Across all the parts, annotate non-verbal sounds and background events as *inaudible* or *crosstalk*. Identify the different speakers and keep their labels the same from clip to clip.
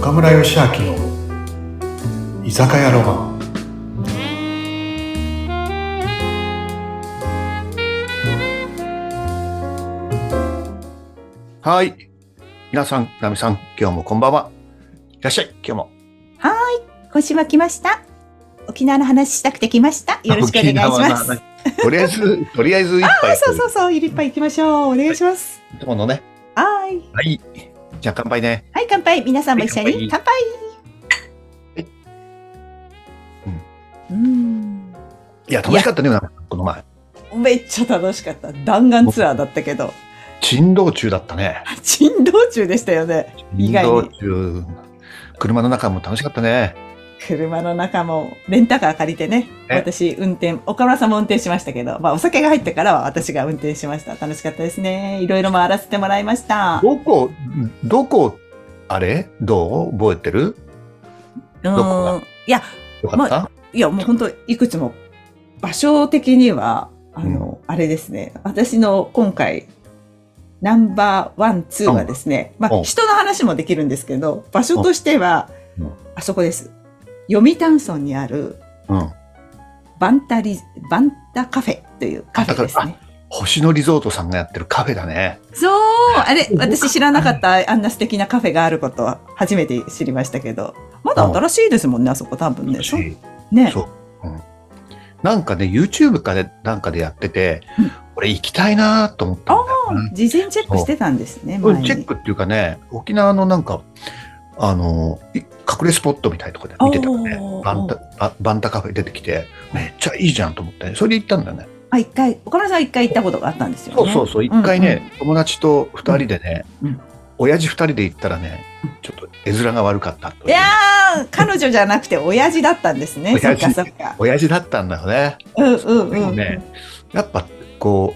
Speaker 1: 岡村義明の居酒屋ロマン
Speaker 2: はい。皆さん、ナミさん、今日もこんばんは。いらっしゃい、今日も。
Speaker 3: 今週は来ました。沖縄の話したくて来ました。よろしくお願いしま
Speaker 2: 沖
Speaker 3: す。
Speaker 2: 縄の話とりあえず、
Speaker 3: *laughs*
Speaker 2: とりあえず一杯。
Speaker 3: そうそうそう、いっぱい行きましょう。お願いします。
Speaker 2: いつものね。
Speaker 3: はい。
Speaker 2: はい。じゃあ乾杯ね。
Speaker 3: はい、乾杯。皆さんも一緒に。乾杯。うん。
Speaker 2: いや、楽しかったね、なんかこの前。
Speaker 3: めっちゃ楽しかった。弾丸ツアーだったけど。
Speaker 2: 珍道中だったね。
Speaker 3: 珍道中でしたよね。 *laughs* 意
Speaker 2: 珍
Speaker 3: 外
Speaker 2: 道
Speaker 3: に。
Speaker 2: 中。車の中も楽しかったね。
Speaker 3: 車の中も、レンタカー借りてね。
Speaker 2: ね
Speaker 3: 私、運転、岡村さんも運転しましたけど、まあ、お酒が入ってからは私が運転しました。楽しかったですね。いろいろ回らせてもらいました。
Speaker 2: どこ、どこ、あれどう覚えてる
Speaker 3: う
Speaker 2: どこが
Speaker 3: ん。いや、
Speaker 2: よかった、
Speaker 3: いや、もう本当いくつも、場所的には、あの、あれですね、私の今回、ナンバーワン、ツーはですね、ま
Speaker 2: うん
Speaker 3: あ、人の話もできるんですけど、場所としては
Speaker 2: うん、
Speaker 3: あそこです。読谷村にある、
Speaker 2: うん。
Speaker 3: バンタリ、バンタカフェというカフェですね。
Speaker 2: 星野リゾートさんがやってるカフェだね。
Speaker 3: そうあれ、私知らなかった、あんな素敵なカフェがあることは初めて知りましたけど、まだ新しいですもんね、あそこ多分ね。そうね。
Speaker 2: そう。うんなんかね、YouTube かで、なんかでやってて、
Speaker 3: うん
Speaker 2: 俺行きたいなと思ったんだよな
Speaker 3: 事前チェックしてたんですね、
Speaker 2: う
Speaker 3: 前
Speaker 2: ん。チェッ
Speaker 3: に。
Speaker 2: クっていうかね、沖縄のなんか、あの、い隠れスポットみたいなとこで見てたらね
Speaker 3: お、ー
Speaker 2: バンタババンタカフェ出てきて、めっちゃいいじゃんと思って、それで行ったんだよね。
Speaker 3: あ、一回、岡村さんは一回行ったことがあったんですよね。
Speaker 2: そうそうそう、一回ね、友達と二人でね、
Speaker 3: うん
Speaker 2: 親父二人で行ったらね、ちょっと絵面が悪かったと
Speaker 3: いやー、彼女じゃなくて親父だったんですね。そっ
Speaker 2: 親父
Speaker 3: かそっか。
Speaker 2: 親父だったんだよね。
Speaker 3: うんうん
Speaker 2: でも
Speaker 3: うん。
Speaker 2: ね、やっぱこ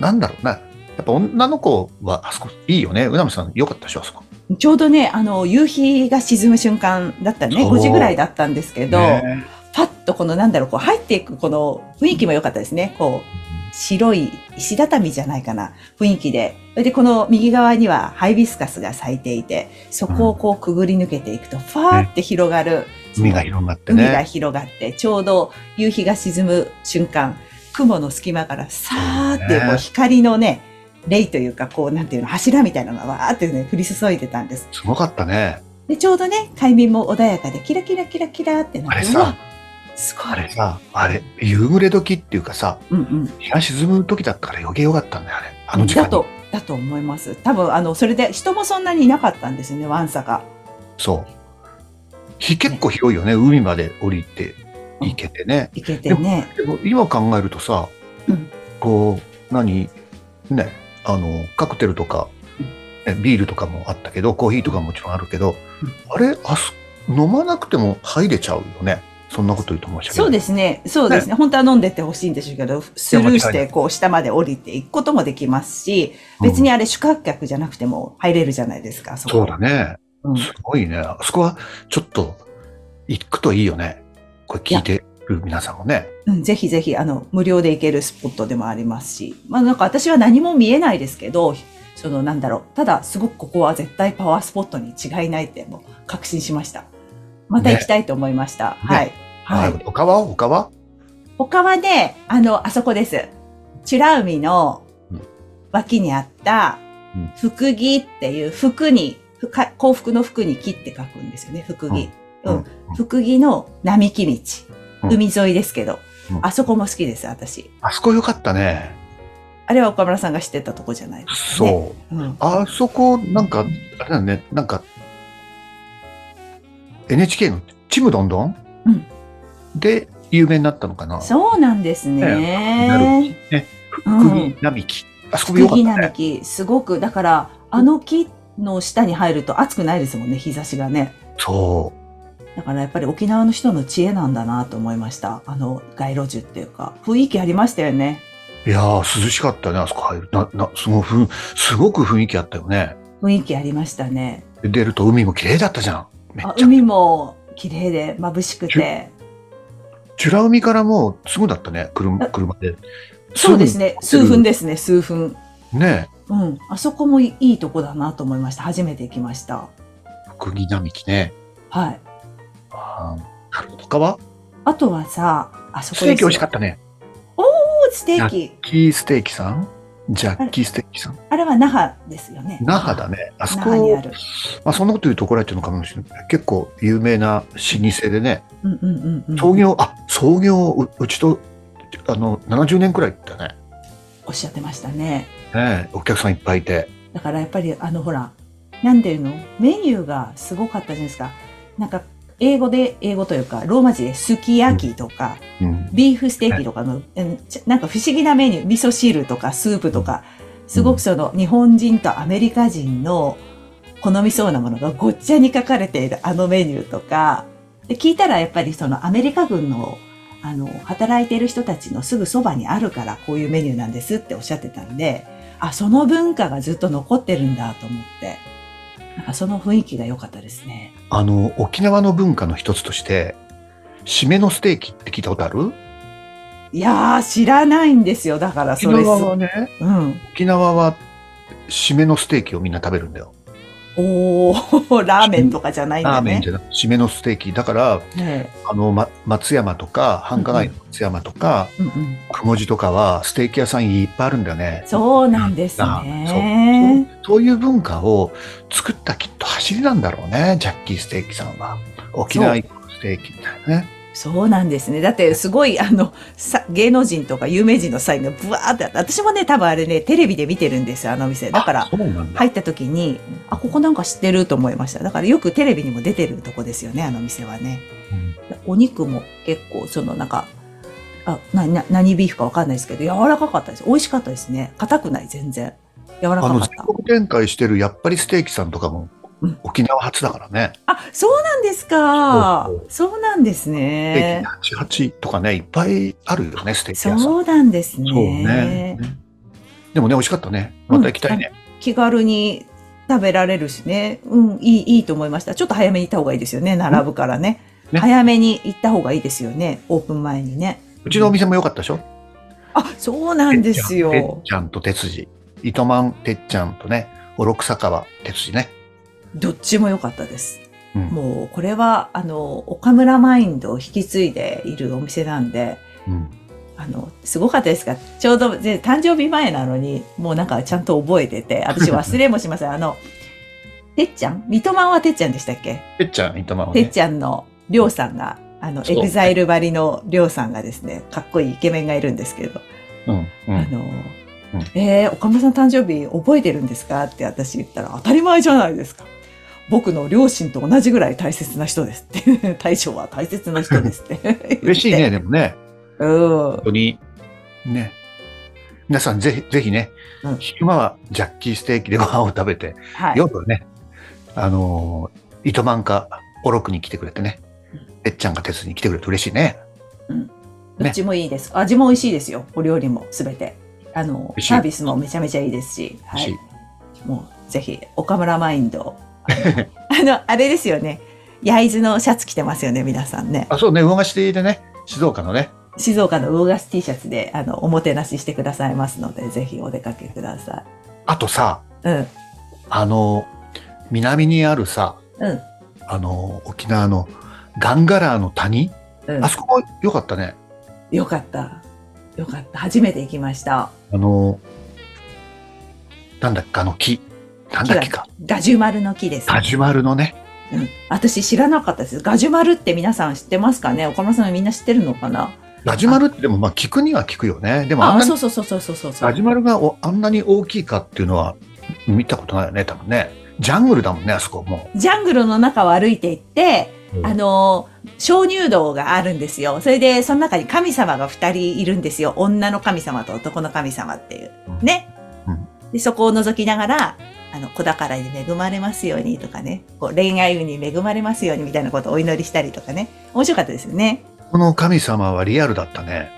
Speaker 2: う、なんだろうな、やっぱ女の子はあそこいいよね、うなみさん、よかったでしょ、あそこ。
Speaker 3: ちょうどね、あの、夕日が沈む瞬間だったね。
Speaker 2: そう
Speaker 3: 5時ぐらいだったんですけど、
Speaker 2: ね
Speaker 3: パッとこのなんだろう、こう入っていくこの雰囲気も良かったですね。こう、白い石畳じゃないかな、雰囲気で。それで、この右側にはハイビスカスが咲いていて、そこをこうくぐり抜けていくと、ファーって広がる。
Speaker 2: 海が広がって
Speaker 3: 海が
Speaker 2: ね。
Speaker 3: 広がって、ちょうど夕日が沈む瞬間、雲の隙間からさーっ
Speaker 2: そ
Speaker 3: て
Speaker 2: うね
Speaker 3: こう光のね、レイというか、こう、なんていうの、柱みたいなのがわーってね、降り注いでたんです。
Speaker 2: すごかったね。
Speaker 3: で、ちょうどね、海面も穏やかで、キラキラキラキラってな
Speaker 2: あ
Speaker 3: っ
Speaker 2: れ
Speaker 3: て、
Speaker 2: さ
Speaker 3: うわすご
Speaker 2: あ
Speaker 3: い。
Speaker 2: れさ、あれ、夕暮れ時っていうかさ、
Speaker 3: うんうん。
Speaker 2: 日が沈む時だったから余計よかったんだよ、あれ。あの時間
Speaker 3: だ
Speaker 2: に。
Speaker 3: と、だと思います。多分、あの、それで人もそんなにいなかったんですよね、ワンサが。
Speaker 2: そう。日結構広いよね、海まで降りて行けてね。
Speaker 3: 行けてね。
Speaker 2: でも今考えるとさ、
Speaker 3: うん
Speaker 2: こう、何、ね、あの、カクテルとか、ねビールとかもあったけど、コーヒーとかももちろんあるけど、あれ、あそ飲まなくても入れちゃうよね。そんなこと言うと申し訳ない。
Speaker 3: そうですね。そうですね。本当は飲んでってほしいんでしょうけど、スルーし
Speaker 2: いや間違い
Speaker 3: て、こう、下まで降りていくこともできますし、別にあれ宿泊客じゃなくても入れるじゃないですか、そこ
Speaker 2: そうだね。
Speaker 3: うん
Speaker 2: すごいね。あそこはちょっと行くといいよね。これ聞いてる皆さんもね。
Speaker 3: うん、ぜひぜひ、あの、無料で行けるスポットでもありますし、まあなんか私は何も見えないですけど、そのなんだろう、ただすごくここは絶対パワースポットに違いないってもう確信しました。また行きたいと思いました。はい。はい。
Speaker 2: あ他は他は
Speaker 3: 他はね、あの、あそこです。美ら海の
Speaker 2: うん
Speaker 3: 脇にあった
Speaker 2: うん、福
Speaker 3: 福木っていう服に、ふか幸福の服に木って書くんですよね、福木。うん福木の並木道。
Speaker 2: うん
Speaker 3: 海沿いですけど、
Speaker 2: うん
Speaker 3: あそこも好きです、私。
Speaker 2: あそこよかったね。
Speaker 3: あれは岡村さんが知ってたとこじゃないですか、
Speaker 2: そう。
Speaker 3: ね。うん
Speaker 2: あそこ、なんか、あれだね、なんか、NHK のちむどんどん、
Speaker 3: うん
Speaker 2: で有名になったのかな。
Speaker 3: そうなんです
Speaker 2: なる
Speaker 3: ね。
Speaker 2: ね。
Speaker 3: うん
Speaker 2: 釘並木。あそこもよか
Speaker 3: 福
Speaker 2: っ
Speaker 3: 木
Speaker 2: たね。
Speaker 3: 並木、すごく、だから、あの木の下に入ると暑くないですもんね、日差しがね。
Speaker 2: そう。
Speaker 3: だからやっぱり沖縄の人の知恵なんだなと思いました。あの街路樹っていうか、雰囲気ありましたよね。
Speaker 2: いやー、涼しかったね、あそこ入る。な、な、すごいふん、すごく雰囲気あったよね。
Speaker 3: 雰囲気ありましたね。
Speaker 2: で出ると海も綺麗だったじゃん。めっ
Speaker 3: あ
Speaker 2: ちゃ。
Speaker 3: 海も綺麗で眩しくて。
Speaker 2: 美ら海からもうすぐだったね、車車で。
Speaker 3: そうですね。
Speaker 2: すぐ
Speaker 3: 数分ですね、数分。
Speaker 2: ね
Speaker 3: うん。あそこもいいとこだなと思いました。初めて行きました。
Speaker 2: 福木並木ね。
Speaker 3: はい。
Speaker 2: あーなるほど。他は
Speaker 3: あとはさ、あそ
Speaker 2: ス
Speaker 3: こ
Speaker 2: テー
Speaker 3: で
Speaker 2: キ
Speaker 3: す
Speaker 2: 美
Speaker 3: よ
Speaker 2: 味しかったね。
Speaker 3: おーステーキ。
Speaker 2: キーステーキさんジャッキーステーキさん
Speaker 3: あれは那覇ですよね。
Speaker 2: 那覇だね。あそ
Speaker 3: 那覇に
Speaker 2: こ
Speaker 3: あ、る。
Speaker 2: まあ、そんなこと言うと怒られてるのかもしれない。結構有名な老舗でね、
Speaker 3: うんうんうんうん。
Speaker 2: 創業、あ、創業、ううちと、あの、70年くらいだね。
Speaker 3: おっしゃってましたね。
Speaker 2: ねえお客さんいっぱいいて。
Speaker 3: だからやっぱりあのほら、なんていうのメニューがすごかったじゃないですか。なんか英語で、英語というか、ローマ字で、すき焼きとか、
Speaker 2: うん。
Speaker 3: ビーフステーキとかの、うんちょなんか不思議なメニュー、味噌汁とかスープとか、すごくその日本人とアメリカ人の好みそうなものがごっちゃに書かれているあのメニューとか、で聞いたらやっぱりそのアメリカ軍のあの働いている人たちのすぐそばにあるからこういうメニューなんですっておっしゃってたんで、あ、その文化がずっと残ってるんだと思って、なんかその雰囲気が良かったですね。
Speaker 2: あの、沖縄の文化の一つとして、締めのステーキって聞いたことある
Speaker 3: いやー、知らないんですよ。だから
Speaker 2: 沖
Speaker 3: それす、
Speaker 2: 縄はね、
Speaker 3: うん。
Speaker 2: 沖縄は締めのステーキをみんな食べるんだよ。
Speaker 3: おー、 *laughs* ラーメンとかじゃないん
Speaker 2: ラー
Speaker 3: だ
Speaker 2: メン
Speaker 3: ね
Speaker 2: じ。ゃなくて締めのステーキ。だから、
Speaker 3: ね
Speaker 2: あの、ま、松山とか、繁華街の松山とか、
Speaker 3: えうんうん、
Speaker 2: 雲地とかは、ステーキ屋さんいっぱいあるんだよね。
Speaker 3: そうなんですね。
Speaker 2: そういう文化を作ったきっと走りなんだろうね、ジャッキーステーキさんは。沖縄イコールステーキみたいなね。
Speaker 3: そうなんですね。だってすごいあのさ芸能人とか有名人のサインがブワーってあって、私もね多分あれねテレビで見てるんですよあの店。だから
Speaker 2: あそうなんだ。
Speaker 3: 入った時にあここなんか知ってると思いました。だからよくテレビにも出てるとこですよねあの店はね。
Speaker 2: うん
Speaker 3: お肉も結構そのなんかあなな何ビーフかわかんないですけど柔らかかったです。美味しかったですね。硬くない全然柔らか
Speaker 2: あ
Speaker 3: か
Speaker 2: の、
Speaker 3: っ
Speaker 2: 全
Speaker 3: た。
Speaker 2: 国展開してるやっぱりステーキさんとかも
Speaker 3: うん
Speaker 2: 沖縄初だからね。
Speaker 3: あそうなんですか
Speaker 2: そう。
Speaker 3: そうなんです
Speaker 2: ステ
Speaker 3: ね。
Speaker 2: ーキ88とかね、いっぱいあるよね、ステーキ屋さん。
Speaker 3: そうなんですね。
Speaker 2: そうね。でもね、美味しかったね。また行きたいね。
Speaker 3: 気軽に食べられるしね。うん、いい、いいと思いました。ちょっと早めに行った方がいいですよね。並ぶからね。
Speaker 2: ね
Speaker 3: 早めに行った方がいいですよね。オープン前にね。
Speaker 2: うちのお店も良かったでしょ
Speaker 3: あ、そうなんです
Speaker 2: てっ
Speaker 3: よ。
Speaker 2: ちゃんと哲司。糸満てっちゃんとね、おろくさかわ哲司ね。
Speaker 3: どっちも良かったです。
Speaker 2: うん
Speaker 3: もう、これは、あの、岡村マインドを引き継いでいるお店なんで、
Speaker 2: うん。
Speaker 3: あの、すごかったですが、ちょうど、で誕生日前なのに、もうなんかちゃんと覚えてて、私忘れもしま
Speaker 2: *laughs*
Speaker 3: せん。あの、てっちゃん三笘はてっちゃんでしたっけ
Speaker 2: てっちゃん、糸満を
Speaker 3: てっ
Speaker 2: ね。
Speaker 3: ちゃんのりょうさんが、あの、
Speaker 2: そう
Speaker 3: エグザイルばりのりょうさんがですね、かっこいいイケメンがいるんですけど、
Speaker 2: うん。う
Speaker 3: あ
Speaker 2: ん。
Speaker 3: の、
Speaker 2: うん
Speaker 3: えー、岡村さん誕生日覚えてるんですかって私言ったら、当たり前じゃないですか。僕の両親と同じぐらい大切な人ですって。 *laughs* 大将は大切な人ですって。
Speaker 2: 嬉
Speaker 3: *laughs*
Speaker 2: しい。ね、でもね。
Speaker 3: うん
Speaker 2: 本。当に。ね。皆さんぜひ、ぜひね、
Speaker 3: うん
Speaker 2: 昼間はジャッキーステーキでご飯を食べて、
Speaker 3: はい。
Speaker 2: 夜はね、あのー、糸満か、おろくに来てくれてね、てっちゃんが鉄に来てくれて嬉しいね。
Speaker 3: どっちもいいです。味も美味しいですよ。お料理もすべて。あの
Speaker 2: 美味、しい
Speaker 3: サービスもめちゃめちゃいいですし。は
Speaker 2: 美味
Speaker 3: い。もう、ぜひ、岡村マインドを。あの、あれですよね。焼津のシャツ着てますよね、皆さんね。
Speaker 2: あ、そうね、魚菓子でね、静岡のね、
Speaker 3: 静岡の魚ガス T シャツで、あの、おもてなししてくださいますので、ぜひお出かけくださ
Speaker 2: あとさ、
Speaker 3: い。うん、
Speaker 2: あのー、南にあるさ、
Speaker 3: うん、
Speaker 2: あのー、沖縄のガンガラーの谷、
Speaker 3: うん
Speaker 2: あ。そこも良かったね。
Speaker 3: よかった。よかった。初めて行きました。
Speaker 2: あのー、なんだっけ、あの木、なんだっけか、
Speaker 3: ガジュマルの木です。
Speaker 2: ガジュマルのね、
Speaker 3: うん。私知らなかったです。ガジュマルって皆さん知ってますかね岡村さんみんな知ってるのかな
Speaker 2: ガジュマルってでもまあ聞くには聞くよね。でもあん
Speaker 3: あ、
Speaker 2: なに
Speaker 3: そうそうそうそうそうそうそう。
Speaker 2: ガジュマルがおあんなに大きいかっていうのは見たことないよね、多分ね。ジャングルだもんね、あそこも
Speaker 3: ジャングルの中を歩いていって、
Speaker 2: うん
Speaker 3: あの、鍾乳洞があるんですよ。それで、その中に神様が二人いるんですよ。女の神様と男の神様っていう。ね。
Speaker 2: うん
Speaker 3: でそこを覗きながら、あの、子宝に恵まれますようにとかね。こう恋愛運に恵まれますようにみたいなことをお祈りしたりとかね。面白かったですよね。
Speaker 2: この神様はリアルだったね。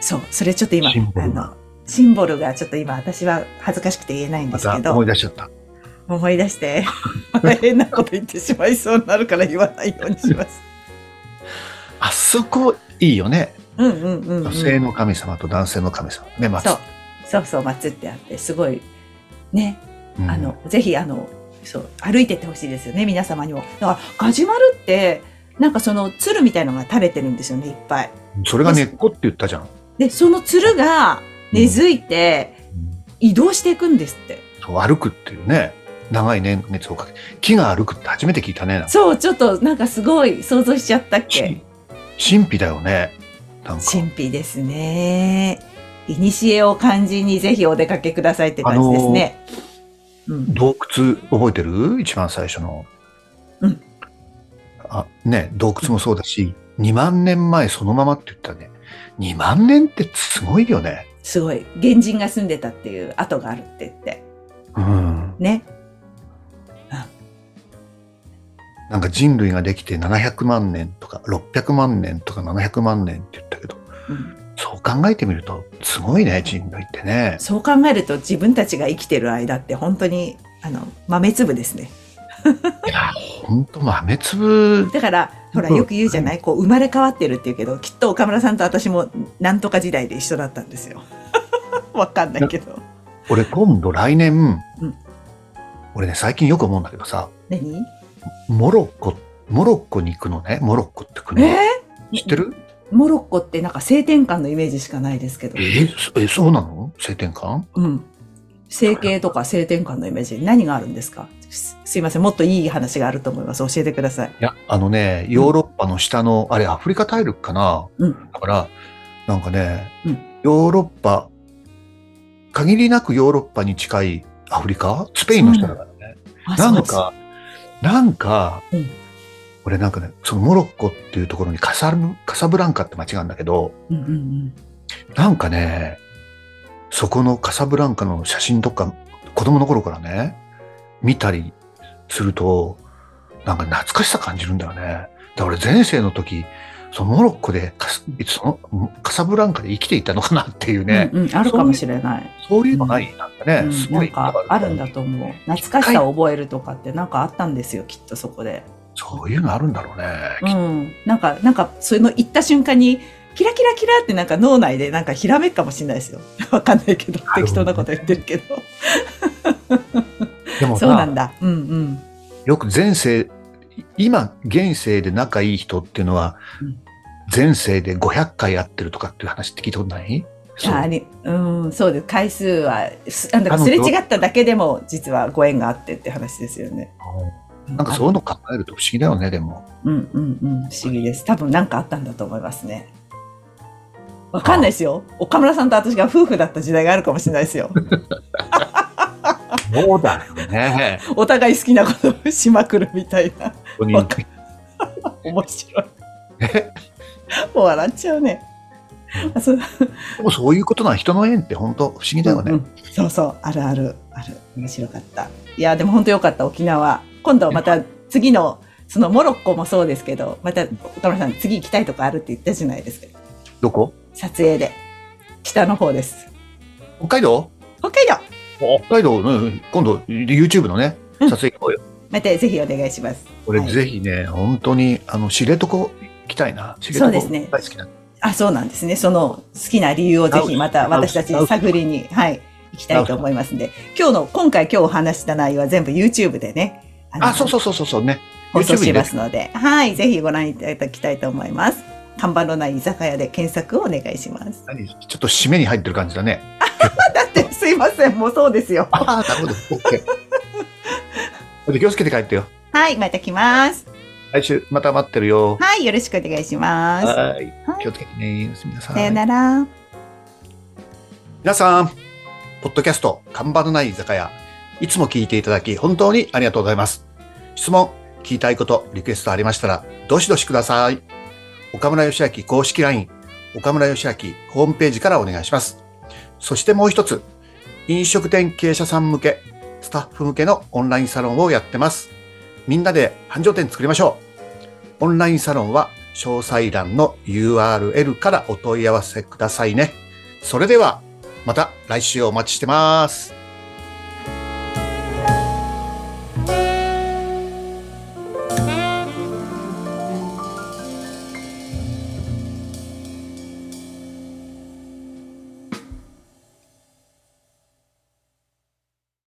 Speaker 3: そう。それちょっと今、
Speaker 2: シンボ
Speaker 3: あ
Speaker 2: ルが
Speaker 3: の、シンボルがちょっと今私は恥ずかしくて言えないんで
Speaker 2: ますた
Speaker 3: けど。
Speaker 2: 思い出しちゃった。
Speaker 3: 思い出して、変なこと言ってしまいそうになるから言わないようにします。
Speaker 2: あそこいいよね。
Speaker 3: うんうんうん、うん。
Speaker 2: 女
Speaker 3: そ
Speaker 2: 性
Speaker 3: う。
Speaker 2: の神様と男性の神様。ね、ま
Speaker 3: そうそう、祭ってあって、すごい、ね、
Speaker 2: うん
Speaker 3: あの、ぜひ、あの、そう歩いてってほしいですよね皆様にもだからガジュマルってなんかそのつるみたいのが垂れてるんですよねいっぱい
Speaker 2: それが根っこって言ったじゃん。
Speaker 3: でそのつるが根付いて移動していくんですって
Speaker 2: そう歩くっていうね長い年月をかけて木が歩くって初めて聞いたねなんか
Speaker 3: そうちょっとなんかすごい想像しちゃったっけ
Speaker 2: 神神秘だよねなんか
Speaker 3: 神秘ですね。古を感じにぜひお出かけくださいって感じですね。うん、
Speaker 2: 洞窟覚えてる一番最初の、
Speaker 3: うん
Speaker 2: あね洞窟もそうだし、2万年前そのままって言ったね2万年ってすごいよね
Speaker 3: すごい。原人が住んでたっていう跡があるって言って。
Speaker 2: うん
Speaker 3: ね。
Speaker 2: なんか人類ができて700万年とか600万年とか700万年って言ったけど
Speaker 3: うん、
Speaker 2: そう考えてみるとすごいね人類ってね
Speaker 3: そう考えると自分たちが生きてる間って本当にあの豆粒ですね。
Speaker 2: いやほんと豆粒
Speaker 3: だからほら
Speaker 2: うん
Speaker 3: よく言うじゃない、こう生まれ変わってるって言うけどきっと岡村さんと私もなんとか時代で一緒だったんですよ。 *laughs* わかんないけど。
Speaker 2: 俺今度来年、
Speaker 3: うん
Speaker 2: 俺ね最近よく思うんだけどさ
Speaker 3: 何
Speaker 2: モロッコモロッコに行くのねモロッコって
Speaker 3: え
Speaker 2: 国、
Speaker 3: ー、
Speaker 2: 知ってる
Speaker 3: モロッコってなんか性転換のイメージしかないですけど
Speaker 2: え。そえそうなの性転換
Speaker 3: うん。整形とか性転換のイメージ、何があるんですかすすいません、もっといい話があると思います。教えてください。
Speaker 2: いやあのねヨーロッパの下の、あれアフリカ大陸かな、
Speaker 3: うん
Speaker 2: だからなんかね、
Speaker 3: うん
Speaker 2: ヨーロッパ限りなくヨーロッパに近いアフリカスペインの下だからね
Speaker 3: あ
Speaker 2: なん、か、なんか、
Speaker 3: うん
Speaker 2: 俺なんかね、そのモロッコっていうところにカサブカサブランカって街があるんだけど、
Speaker 3: そうなんですうんうん
Speaker 2: なんかね、そこのカサブランカの写真とか、子供の頃からね、見たりすると、なんか懐かしさ感じるんだよね。だから俺前世の時、そのモロッコでカスそのカサブランカで生きていたのかなっていう
Speaker 3: うん、
Speaker 2: ね、
Speaker 3: うんうん、あるかもしれない。
Speaker 2: そういうのない、なんかね、
Speaker 3: うん
Speaker 2: すご
Speaker 3: ないんかあるんだと思う。懐かしさを覚えるとかってなんかあったんですよ、きっとそこで。
Speaker 2: そういうのあるんだろうね。
Speaker 3: うん。なんか、なんか、その行った瞬間に、キラキラキラってなんか脳内でなんかひらめくかもしれないですよ。わかんないけど、
Speaker 2: るほどね
Speaker 3: 適当なこと言ってるけど。
Speaker 2: でもさ
Speaker 3: そうなんだ。うんうん。
Speaker 2: よく前世今現世で仲いい人っていうのは
Speaker 3: うん
Speaker 2: 前世で500回会ってるとかっていう話って聞いたことないそう
Speaker 3: あにうん、そうです。回数は、すなんだか
Speaker 2: あの
Speaker 3: すれ違っただけでも、実はご縁があってって話ですよね。
Speaker 2: なんかそういうの考えると不思議だよねでも
Speaker 3: うんうんうん、不思議です。多分なんかあったんだと思いますね。わかんないですよ。岡村さんと私が夫婦だった時代があるかもしれないです
Speaker 2: *laughs*
Speaker 3: よ。
Speaker 2: そうだよね
Speaker 3: お互い好きなことをしまくるみたいな。
Speaker 2: 本当に
Speaker 3: わか面白い。もう笑っちゃうね。あそう
Speaker 2: でもそういうことな人の縁って本当不思議だよね、
Speaker 3: うんうんそうそう、あるある、ある。面白かった。いや、でも本当よかった、沖縄。今度また次の、そのモロッコもそうですけど、また、岡村さん、次行きたいとこあるって言ったじゃないですか。
Speaker 2: どこ
Speaker 3: 撮影で。北の方です。
Speaker 2: 北海道
Speaker 3: 北海道
Speaker 2: 北海道、うん今度 YouTube のね
Speaker 3: うん
Speaker 2: 撮影行こうよ、
Speaker 3: またぜひお願いします。
Speaker 2: 俺
Speaker 3: はい
Speaker 2: ぜひね本当にあの知床行きたいな知
Speaker 3: そ
Speaker 2: 床
Speaker 3: うですね
Speaker 2: 大好きな
Speaker 3: あ、そうなんですね。その好きな理由をぜひまた私たちに探りに、はい、行きたいと思いますんで、今日の、今回今日お話しした内容は全部 YouTube でね、あの
Speaker 2: あそうそうそうそうそうね
Speaker 3: 放送
Speaker 2: YouTube
Speaker 3: し
Speaker 2: に
Speaker 3: ま
Speaker 2: ね
Speaker 3: すので、はい、ぜひご覧いただきたいと思います。看板のない居酒屋で検索をお願いします。 *laughs*
Speaker 2: 何ちょっと締めに入ってる感じだね
Speaker 3: だって、すいません、もうそうですよ。
Speaker 2: ああ、なるほど。OK。それで気をつけて帰ってよ。
Speaker 3: はい、また来ます。
Speaker 2: 来週また待ってるよ。
Speaker 3: はい、よろしくお願いします。
Speaker 2: はい。気をつけてね。おやすみなさい。
Speaker 3: さよなら。
Speaker 2: 皆さん、ポッドキャスト、看板のない居酒屋、いつも聞いていただき、本当にありがとうございます。質問、聞きたいこと、リクエストありましたら、どしどしください。岡村義明公式 LINE、岡村義明ホームページからお願いします。そしてもう一つ、飲食店経営者さん向け、スタッフ向けのオンラインサロンをやってます。みんなで繁盛店作りましょう。オンラインサロンは、詳細欄の URL からお問い合わせくださいね。それでは、また来週お待ちしてます。